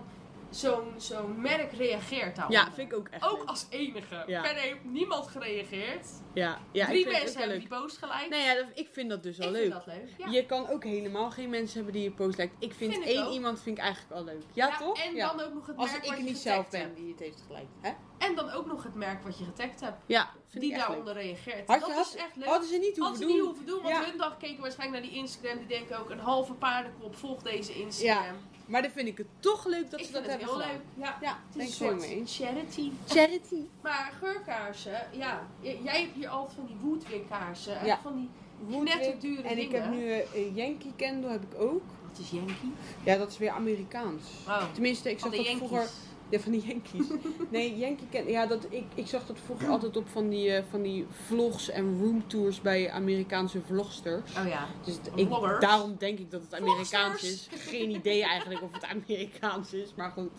C: zo'n zo'n merk reageert daarop.
B: Ja, vind ik ook echt
C: Ook
B: leuk.
C: als enige.
B: Ja.
C: Verder heeft niemand gereageerd.
B: Ja, ja ik
C: Drie
B: vind het ook
C: mensen
B: wel
C: hebben
B: leuk.
C: die post gelijk.
B: Nou ja, dat- ik vind dat dus
C: ik
B: wel
C: vind
B: leuk.
C: dat leuk. Ja.
B: Je kan ook helemaal geen mensen hebben die je post lijkt. Ik vind,
C: Vind ik
B: één
C: ook.
B: iemand vind ik eigenlijk al leuk. Ja,
C: Ja,
B: toch?
C: En
B: ja.
C: dan ook nog het
B: Als
C: merk
B: ik
C: wat je
B: niet
C: getagd
B: zelf ben
C: hebt.
B: die het heeft gelijk. Hè?
C: En dan ook nog het merk wat je getagd hebt.
B: Ja, vind
C: die
B: ik echt leuk.
C: daaronder reageert.
B: Had je-
C: dat
B: had- Oh,
C: is echt leuk.
B: Hadden ze niet
C: Als
B: hoeven
C: ze
B: doen.
C: niet hoeven doen, want
B: Ja.
C: hun dag keken waarschijnlijk naar die Instagram. Die denken ook een halve paardenkop, volg deze Instagram.
B: Maar dan vind ik het toch leuk dat
C: ik
B: ze
C: vind
B: dat
C: het
B: hebben
C: heel
B: gedaan.
C: leuk. Ja.
B: Ja,
C: Het
B: denk ik
C: is een
B: helemaal eens.
C: soort charity.
B: Charity.
C: Maar geurkaarsen, ja. J- Jij hebt hier altijd van die woodwinkaarsen. En
B: Ja.
C: van die...
B: Woodwick.
C: dure
B: En ik
C: dingen.
B: heb nu eh, eh, Yankee Candle heb ik ook.
C: Wat is Yankee?
B: Ja, dat is weer Amerikaans.
C: Wow.
B: Tenminste, ik
C: Van
B: zag
C: de
B: dat
C: Yankees.
B: vroeger... Ja, van die Yankees. nee, Yankee Candle. Ja, dat, ik, ik zag dat vroeger altijd op van die, eh, van die vlogs en roomtours bij Amerikaanse vlogsters.
C: Oh ja.
B: Dus het- ik,
C: Vloggers.
B: daarom denk ik dat het Amerikaans is.
C: Vlogsters.
B: Geen idee eigenlijk of het Amerikaans is, maar goed.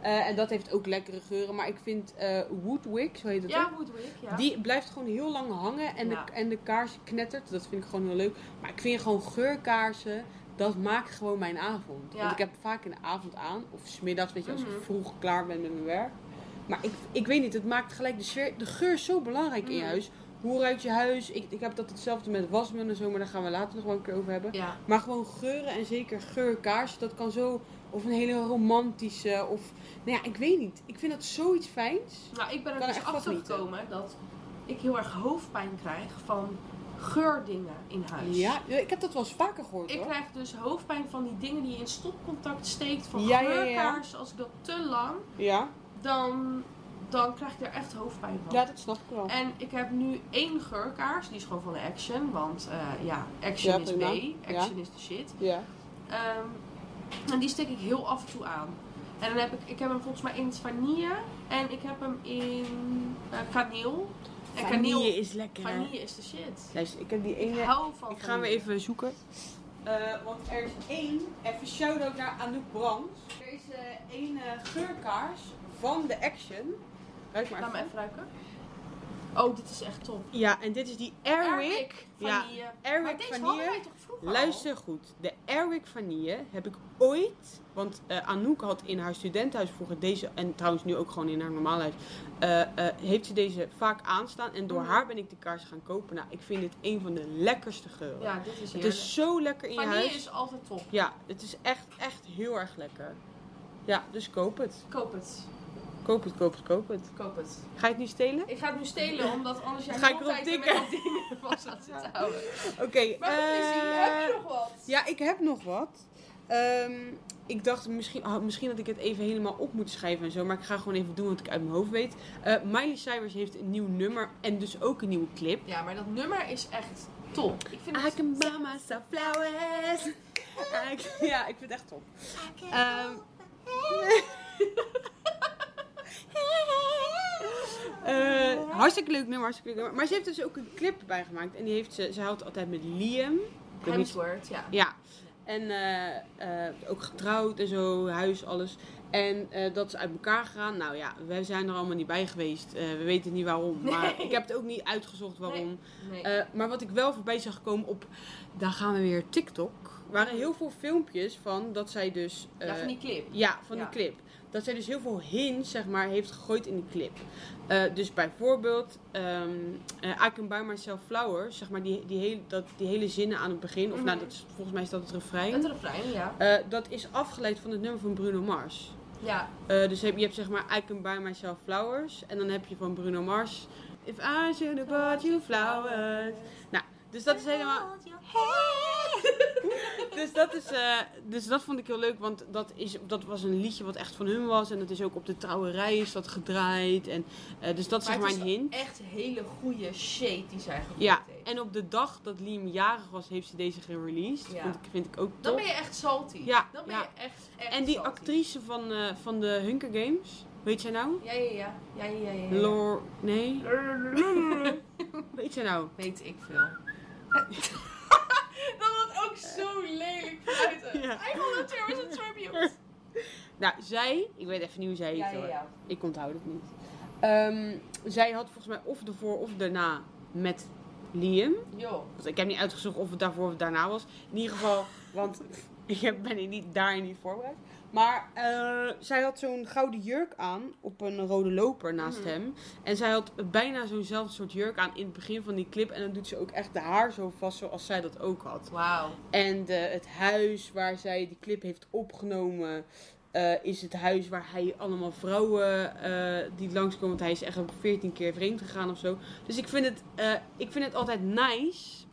B: Eh, en dat heeft ook lekkere geuren. Maar ik vind eh Woodwick, zo heet het ook.
C: Ja, Woodwick, ja.
B: Die blijft gewoon heel lang hangen en,
C: Ja.
B: de, en de kaars knettert. Dat vind ik gewoon heel leuk. Maar ik vind gewoon geurkaarsen, dat maakt gewoon mijn avond.
C: Ja.
B: Want ik heb vaak in de avond aan, of smiddags, weet je, als
C: Mhm.
B: ik vroeg klaar ben met mijn werk. Maar ik, ik weet niet, het maakt gelijk de sfeer. De geur is zo belangrijk in je
C: Mhm.
B: huis. Hoe ruikt je huis? Ik, ik heb dat hetzelfde met wasmen en zo, maar daar gaan we later nog wel een keer over hebben.
C: Ja.
B: Maar gewoon geuren en zeker geurkaarsen, dat kan zo. Of een hele romantische, of. Nou ja, ik weet niet. Ik vind dat zoiets fijns.
C: Nou, ik ben er
B: Kan er
C: dus
B: echt van
C: achter
B: genieten.
C: gekomen dat ik heel erg hoofdpijn krijg van geurdingen in huis.
B: Ja, ik heb dat wel eens vaker gehoord
C: Ik
B: hoor.
C: krijg dus hoofdpijn van die dingen die je in stopcontact steekt. Van
B: Ja, ja, ja.
C: geurkaarsen. Als ik dat te lang,
B: Ja.
C: dan dan krijg ik daar echt hoofdpijn van.
B: Ja, dat snap ik wel.
C: En ik heb nu één geurkaars, die is gewoon van de Action. Want eh, ja, Action
B: Ja,
C: is
B: prima.
C: B, Action is de shit.
B: Ja.
C: Ehm, en die steek ik heel af en toe aan. En dan heb ik, ik heb hem volgens mij in het vanille en ik heb hem in eh, kaneel. En kaneel,
B: is lekker.
C: vanille is de shit.
B: Luister, ik heb die
C: Ik
B: ene.
C: hou van
B: Ik ga hem
C: vanille.
B: even zoeken. Eh, want er is één, even shout-out naar Anouk Brands. Er is eh, één eh, geurkaars van de Action. Ruik maar
C: Laat me
B: even.
C: even ruiken. Oh, dit is echt top.
B: Ja, en dit is die Airwick.
C: vanille. eh, maar
B: Airwick
C: deze hadden wij
B: vanille.
C: toch vroeger
B: Luister goed, de Airwick vanille heb ik ooit, want eh, Anouk had in haar studentenhuis vroeger deze, en trouwens nu ook gewoon in haar normaal huis, eh, eh, heeft ze deze vaak aanstaan. En door
C: Mhm.
B: haar ben ik die kaars gaan kopen. Nou, ik vind dit een van de lekkerste geuren.
C: al? Ja, dit is
B: het
C: heerlijk.
B: is zo lekker in je
C: vanille
B: huis.
C: is altijd top.
B: Ja, het is echt, echt heel erg lekker. Ja, dus koop het.
C: Koop het.
B: Koop het, koop het, koop het.
C: Koop het.
B: Ga je het nu stelen?
C: Ik ga het nu stelen, omdat anders jij
B: Ga ik
C: nog
B: erop
C: tijd aan
B: tikken?
C: mijn dingen vast aan zitten houden.
B: Oké.
C: Maar goed, Lizzie,
B: eh,
C: heb je nog wat?
B: Ja, ik heb nog wat. Ehm, ik dacht misschien, oh, misschien dat ik het even helemaal op moet schrijven en zo. Maar ik ga gewoon even doen wat ik uit mijn hoofd weet. Eh, Miley Cyrus heeft een nieuw nummer en dus ook een nieuwe clip.
C: Ja, maar dat nummer is echt top. Ik vind
B: I
C: het...
B: can buy myself flowers. I can- ja, ik vind het echt top. Ehm, eh, hartstikke leuk nummer, hartstikke leuk nummer. Maar ze heeft dus ook een clip erbij gemaakt. En die heeft ze, ze houdt altijd met Liam. Ik weet niet-
C: Hemsworth, ja.
B: Ja. En eh, eh, ook getrouwd en zo, huis, alles. En eh, dat is uit elkaar gegaan. Nou ja, wij zijn er allemaal niet bij geweest. Eh, we weten niet waarom. Maar
C: Nee.
B: ik heb het ook niet uitgezocht waarom.
C: Nee.
B: Eh, maar wat ik wel voorbij zag komen op, daar gaan we weer, TikTok. waren heel veel filmpjes van dat zij dus... eh,
C: ja, van die clip.
B: ja, van
C: Ja.
B: die clip. Dat zij dus heel veel hints, zeg maar, heeft gegooid in die clip. Eh, dus bijvoorbeeld, ehm eh I can buy myself flowers, zeg maar, die, die, hele, dat, die hele zinnen aan het begin. Of
C: Mhm.
B: nou, dat is, volgens mij is dat het refrein.
C: Het refrein, ja.
B: Eh, dat is afgeleid van het nummer van Bruno Mars.
C: Ja,
B: Eh, dus heb, je hebt zeg maar I can buy myself flowers. En dan heb je van Bruno Mars. If I should have bought you flowers. Nou, dus dat is helemaal. dus, dat is, eh, dus dat vond ik heel leuk. Want dat, is, dat was een liedje wat echt van hun was. En dat is ook op de trouwerij is dat gedraaid. En, eh, dus dat is
C: Maar
B: zeg maar
C: het
B: een
C: is
B: hint.
C: echt hele goede shade die zij gemaakt
B: Ja,
C: heeft.
B: en op de dag dat Liam jarig was, heeft ze deze gereleased.
C: Ja.
B: Vond ik, vind ik ook top.
C: Dan ben je echt salty.
B: Ja,
C: Dan ben
B: ja.
C: je echt, echt
B: En die
C: salty.
B: actrice van, eh, van de Hunker Games, weet jij nou?
C: Ja, ja, ja. ja, ja, ja, ja.
B: Lor... Nee. Weet jij nou?
C: Weet ik veel. dat had ook zo lelijk buiten.
B: Ja.
C: I will not tear as a tribute.
B: Nou, zij... Ik weet even niet hoe zij heet.
C: Ja, ja,
B: hoor.
C: ja.
B: Ik onthoud het niet. Ehm, zij had volgens mij of ervoor of daarna met Liam.
C: Joh.
B: Want Dus ik heb niet uitgezocht of het daarvoor of daarna was. In ieder geval, want ik heb- ben er niet, daar niet voorbereid. Maar eh, zij had zo'n gouden jurk aan op een rode loper naast
C: Mhm.
B: hem. En zij had bijna zo'nzelfde soort jurk aan in het begin van die clip. En dan doet ze ook echt de haar zo vast zoals zij dat ook had.
C: Wauw.
B: En de- het huis waar zij die clip heeft opgenomen. eh, is het huis waar hij allemaal vrouwen eh die langskomen. Want hij is echt 14 keer vreemd gegaan of zo. Dus ik vind het, eh, ik vind het altijd nice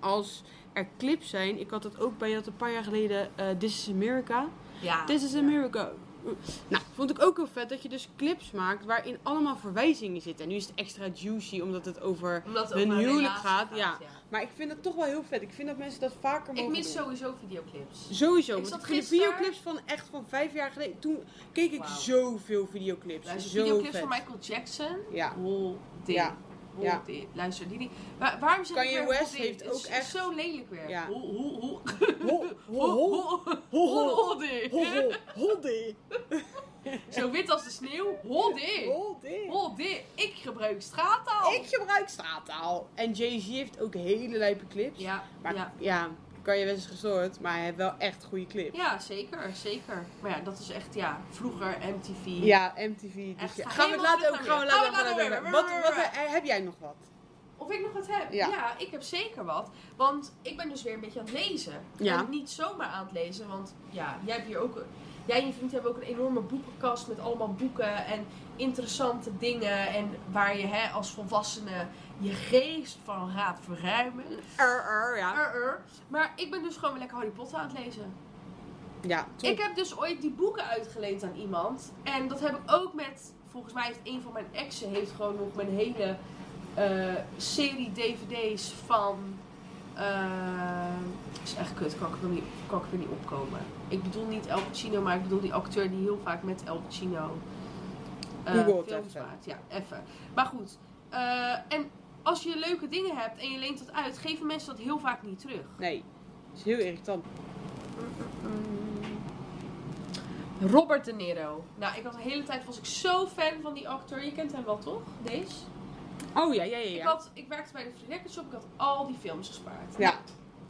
B: als er clips zijn. Ik had dat ook bij dat een paar jaar geleden. eh, This is America.
C: Ja.
B: This is
C: Ja.
B: America. Nou, vond ik ook heel vet dat je dus clips maakt waarin allemaal verwijzingen zitten. En nu is het extra juicy omdat het over...
C: Omdat het
B: Hun
C: over een
B: huwelijk
C: relatie
B: gaat, ja. Maar ik vind het toch wel heel vet. Ik vind dat mensen dat vaker mogen
C: Ik mis
B: doen.
C: sowieso videoclips.
B: Sowieso, want
C: zat
B: ik vind de
C: gisteren-
B: videoclips van echt van vijf jaar geleden. Toen keek ik
C: Wauw.
B: zoveel videoclips.
C: Luister,
B: zo
C: videoclips
B: vet.
C: van Michael Jackson.
B: Ja.
C: Hol ding.
B: Ja.
C: Hol
B: Ja.
C: ding. Luister, die, die. Waar- waarom zeg
B: Kanye
C: ik weer
B: West
C: hol ding?
B: heeft
C: Het is
B: ook echt-
C: zo lelijk weer.
B: Ja.
C: Hol, hol, hol.
B: Ho, ho, ho,
C: Hol, hol,
B: ho,
C: hol,
B: ho,
C: hol ding.
B: ho, ho, ho, di.
C: Zo wit als de sneeuw. Hol ding.
B: Ho, di.
C: Hol ding. Ik gebruik straattaal.
B: Ik gebruik straattaal. En Jay-Z heeft ook hele lijpe clips.
C: Ja,
B: Maar
C: ja.
B: ja, kan je best eens gestoord, maar hij heeft wel echt goede clips.
C: ja, zeker, zeker. Maar ja, dat is echt, ja, vroeger MTV.
B: Ja, MTV. Dus
C: Echt,
B: ja.
C: ga
B: Gaan we het
C: helemaal
B: later ook
C: terug
B: gaan we later
C: naar weer. Gaan we
B: ook
C: later
B: aan
C: weer.
B: Wat, wat, eh, heb jij nog wat?
C: Of ik nog wat heb? Ja.
B: Ja.
C: ik heb zeker wat. Want ik ben dus weer een beetje aan het lezen.
B: Ja.
C: En niet zomaar aan het lezen, want ja, jij hebt hier ook... Jij en je vriend hebben ook een enorme boekenkast met allemaal boeken en interessante dingen. En waar je hè, als volwassene je geest van gaat verruimen.
B: Er, er, ja.
C: Er, er. Maar ik ben dus gewoon weer lekker Harry Potter aan het lezen.
B: Ja, top.
C: Ik heb dus ooit die boeken uitgeleend aan iemand. En dat heb ik ook met volgens mij heeft een van mijn exen heeft gewoon nog mijn hele eh, serie dvd's van... eh, is echt kut, kan ik, er niet, kan ik er niet opkomen. Ik bedoel niet El Pacino, maar ik bedoel die acteur die heel vaak met El Pacino eh,
B: Google het
C: films
B: even.
C: maakt. Ja, even. Maar goed. eh, en als je leuke dingen hebt en je leent dat uit, geven mensen dat heel vaak niet terug.
B: Nee, is heel irritant.
C: Ehm, Robert De Niro. Nou, ik was de hele tijd was ik zo fan van die acteur. Je kent hem wel, toch? Deze?
B: Oh ja, ja, ja.
C: Ik,
B: ja.
C: had, ik werkte bij de Free Record Shop. Ik had al die films gespaard.
B: Ja.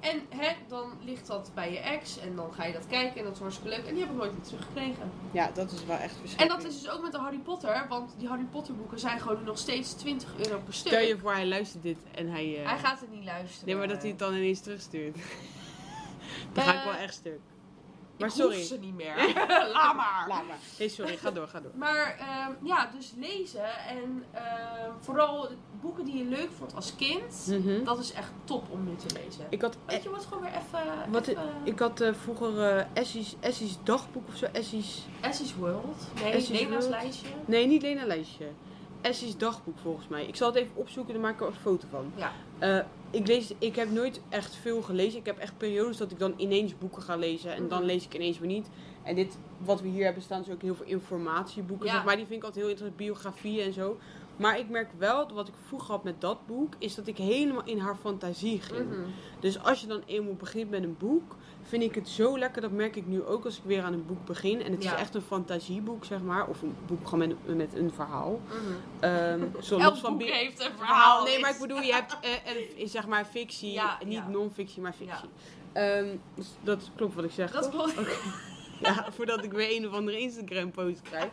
C: En hè, dan ligt dat bij je ex. En dan ga je dat kijken. En dat is hartstikke leuk. En die heb ik nooit meer teruggekregen.
B: ja, dat is wel echt
C: En
B: verschrikkelijk.
C: dat is dus ook met de Harry Potter. Want die Harry Potter boeken zijn gewoon nog steeds 20 euro per stuk.
B: Stel je voor, hij luistert dit en hij... eh,
C: dus Hij gaat het niet luisteren.
B: Nee, maar dat hij het dan ineens terugstuurt. Dan ga ik wel
C: Eh,
B: echt stuk. Maar
C: Maar ik
B: sorry.
C: hoef ze niet meer. Laat maar.
B: Laat maar. Nee, sorry. Ga door, ga door.
C: Maar ehm, ja, dus lezen en ehm, vooral de boeken die je leuk vond als kind, dat is echt top om nu te lezen.
B: Mhm. Ik had, eh,
C: Weet je wat, gewoon weer even...
B: Wat
C: even-
B: ik had eh, vroeger eh Essie's, Essie's dagboek of zo. Essie's...
C: Essie's World. Nee,
B: Essie's
C: Lena's
B: World.
C: lijstje.
B: Nee, niet Lena Lijstje. Essie's dagboek volgens mij. Ik zal het even opzoeken, dan maak ik er een foto van.
C: Ja.
B: Eh, ik, lees, ik heb nooit echt veel gelezen. Ik heb echt periodes dat ik dan ineens boeken ga lezen. En dan
C: Mhm.
B: lees ik ineens weer niet. En dit, wat we hier hebben staan, is ook heel veel informatieboeken.
C: Ja.
B: Zeg maar die vind ik altijd heel interessant. Biografieën en zo. Maar ik merk wel, wat ik vroeger had met dat boek, is dat ik helemaal in haar fantasie ging.
C: Mhm.
B: Dus als je dan eenmaal begint met een boek, vind ik het zo lekker. Dat merk ik nu ook als ik weer aan een boek begin. En het
C: Ja.
B: is echt een fantasieboek, zeg maar. Of een boek gewoon met, een- met een verhaal.
C: Mhm.
B: Ehm zo
C: Elk
B: los
C: boek
B: van bi-
C: heeft een verhaal.
B: verhaal. Nee, maar ik
C: is-
B: bedoel, je hebt eh, eh, is zeg maar fictie.
C: Ja,
B: niet
C: ja.
B: non-fictie, maar fictie. Ehm, dus dat klopt wat ik zeg.
C: Dat is
B: toch?
C: wel-
B: Ja, voordat ik weer een of andere Instagram-post krijg.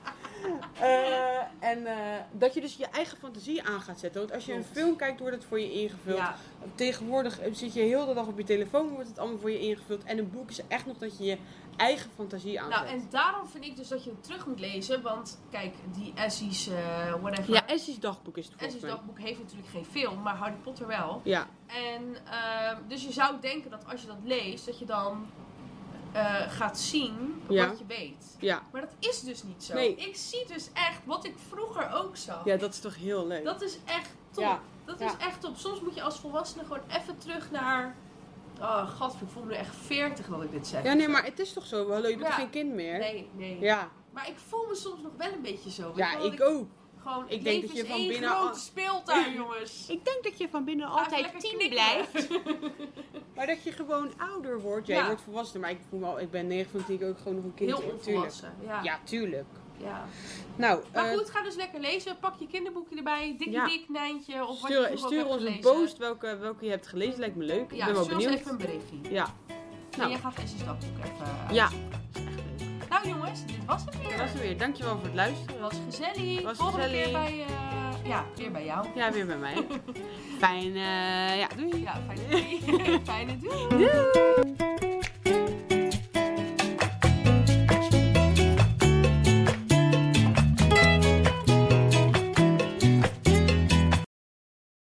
B: Eh, en eh, dat je dus je eigen fantasie aan gaat zetten. Want als je een
C: Klopt.
B: film kijkt, wordt het voor je ingevuld.
C: Ja,
B: Tegenwoordig eh, zit je heel de dag op je telefoon, wordt het allemaal voor je ingevuld. En een boek is echt nog dat je je eigen fantasie aanzet.
C: nou en daarom vind ik dus dat je hem terug moet lezen, want kijk, die Essie's, eh, whatever.
B: Ja, Essie's dagboek is het volgens
C: Essie's
B: mij.
C: dagboek heeft natuurlijk geen film, maar Harry Potter wel.
B: Ja,
C: En ehm, dus je zou denken dat als je dat leest, dat je dan eh, gaat zien
B: Ja.
C: wat je weet.
B: ja.
C: Maar dat is dus niet zo.
B: Nee.
C: Ik zie dus echt wat ik vroeger ook zag.
B: Ja, dat is toch heel leuk.
C: Dat is echt top.
B: Ja.
C: Dat
B: Ja.
C: is echt top. Soms moet je als volwassene gewoon even terug naar. Oh, god, ik voel me echt 40 dat ik dit zeg.
B: Ja, nee, maar het is toch zo wel leuk. Je bent
C: Ja.
B: geen kind meer.
C: Nee, nee.
B: Ja,
C: Maar ik voel me soms nog wel een beetje zo. Weet je
B: ja
C: wel,
B: ik
C: dat
B: ook.
C: Gewoon, het
B: denk
C: leven
B: dat je
C: is
B: van
C: één
B: binnen
C: grote
B: al-
C: speeltuin, jongens.
B: Ik denk dat je van binnen
C: Ga even lekker knikkeren.
B: Maar dat je gewoon ouder wordt. Ja,
C: Ja.
B: je wordt volwassen, maar ik, voel me al, ik ben 9 van 10 ook gewoon nog een kind.
C: Heel
B: hoor,
C: onvolwassen.
B: tuurlijk. Ja, tuurlijk.
C: ja.
B: Nou,
C: Maar
B: eh,
C: goed, ga dus lekker lezen. Pak je kinderboekje erbij. Dikkie
B: Ja.
C: dik, Nijntje. Of wat je
B: stuur,
C: vroeger ook
B: stuur
C: hebt
B: ons een
C: gelezen.
B: post welke, welke je hebt gelezen. Lijkt me leuk. Ik
C: Ja,
B: ben wel
C: stuur ons
B: benieuwd.
C: even een berichtje.
B: Ja.
C: En
B: Nou.
C: jij gaat deze stap ook even uit.
B: Ja,
C: Nou jongens, dit was het
B: dat
C: weer.
B: was het weer. Dankjewel voor het
C: Het
B: luisteren.
C: was gezellig.
B: Was
C: Volgende
B: gezellig.
C: keer bij, eh, ja, weer bij jou.
B: Ja, weer bij mij. Fijn, eh, ja, doei.
C: Ja, fijne doei. fijne doei.
B: Doei.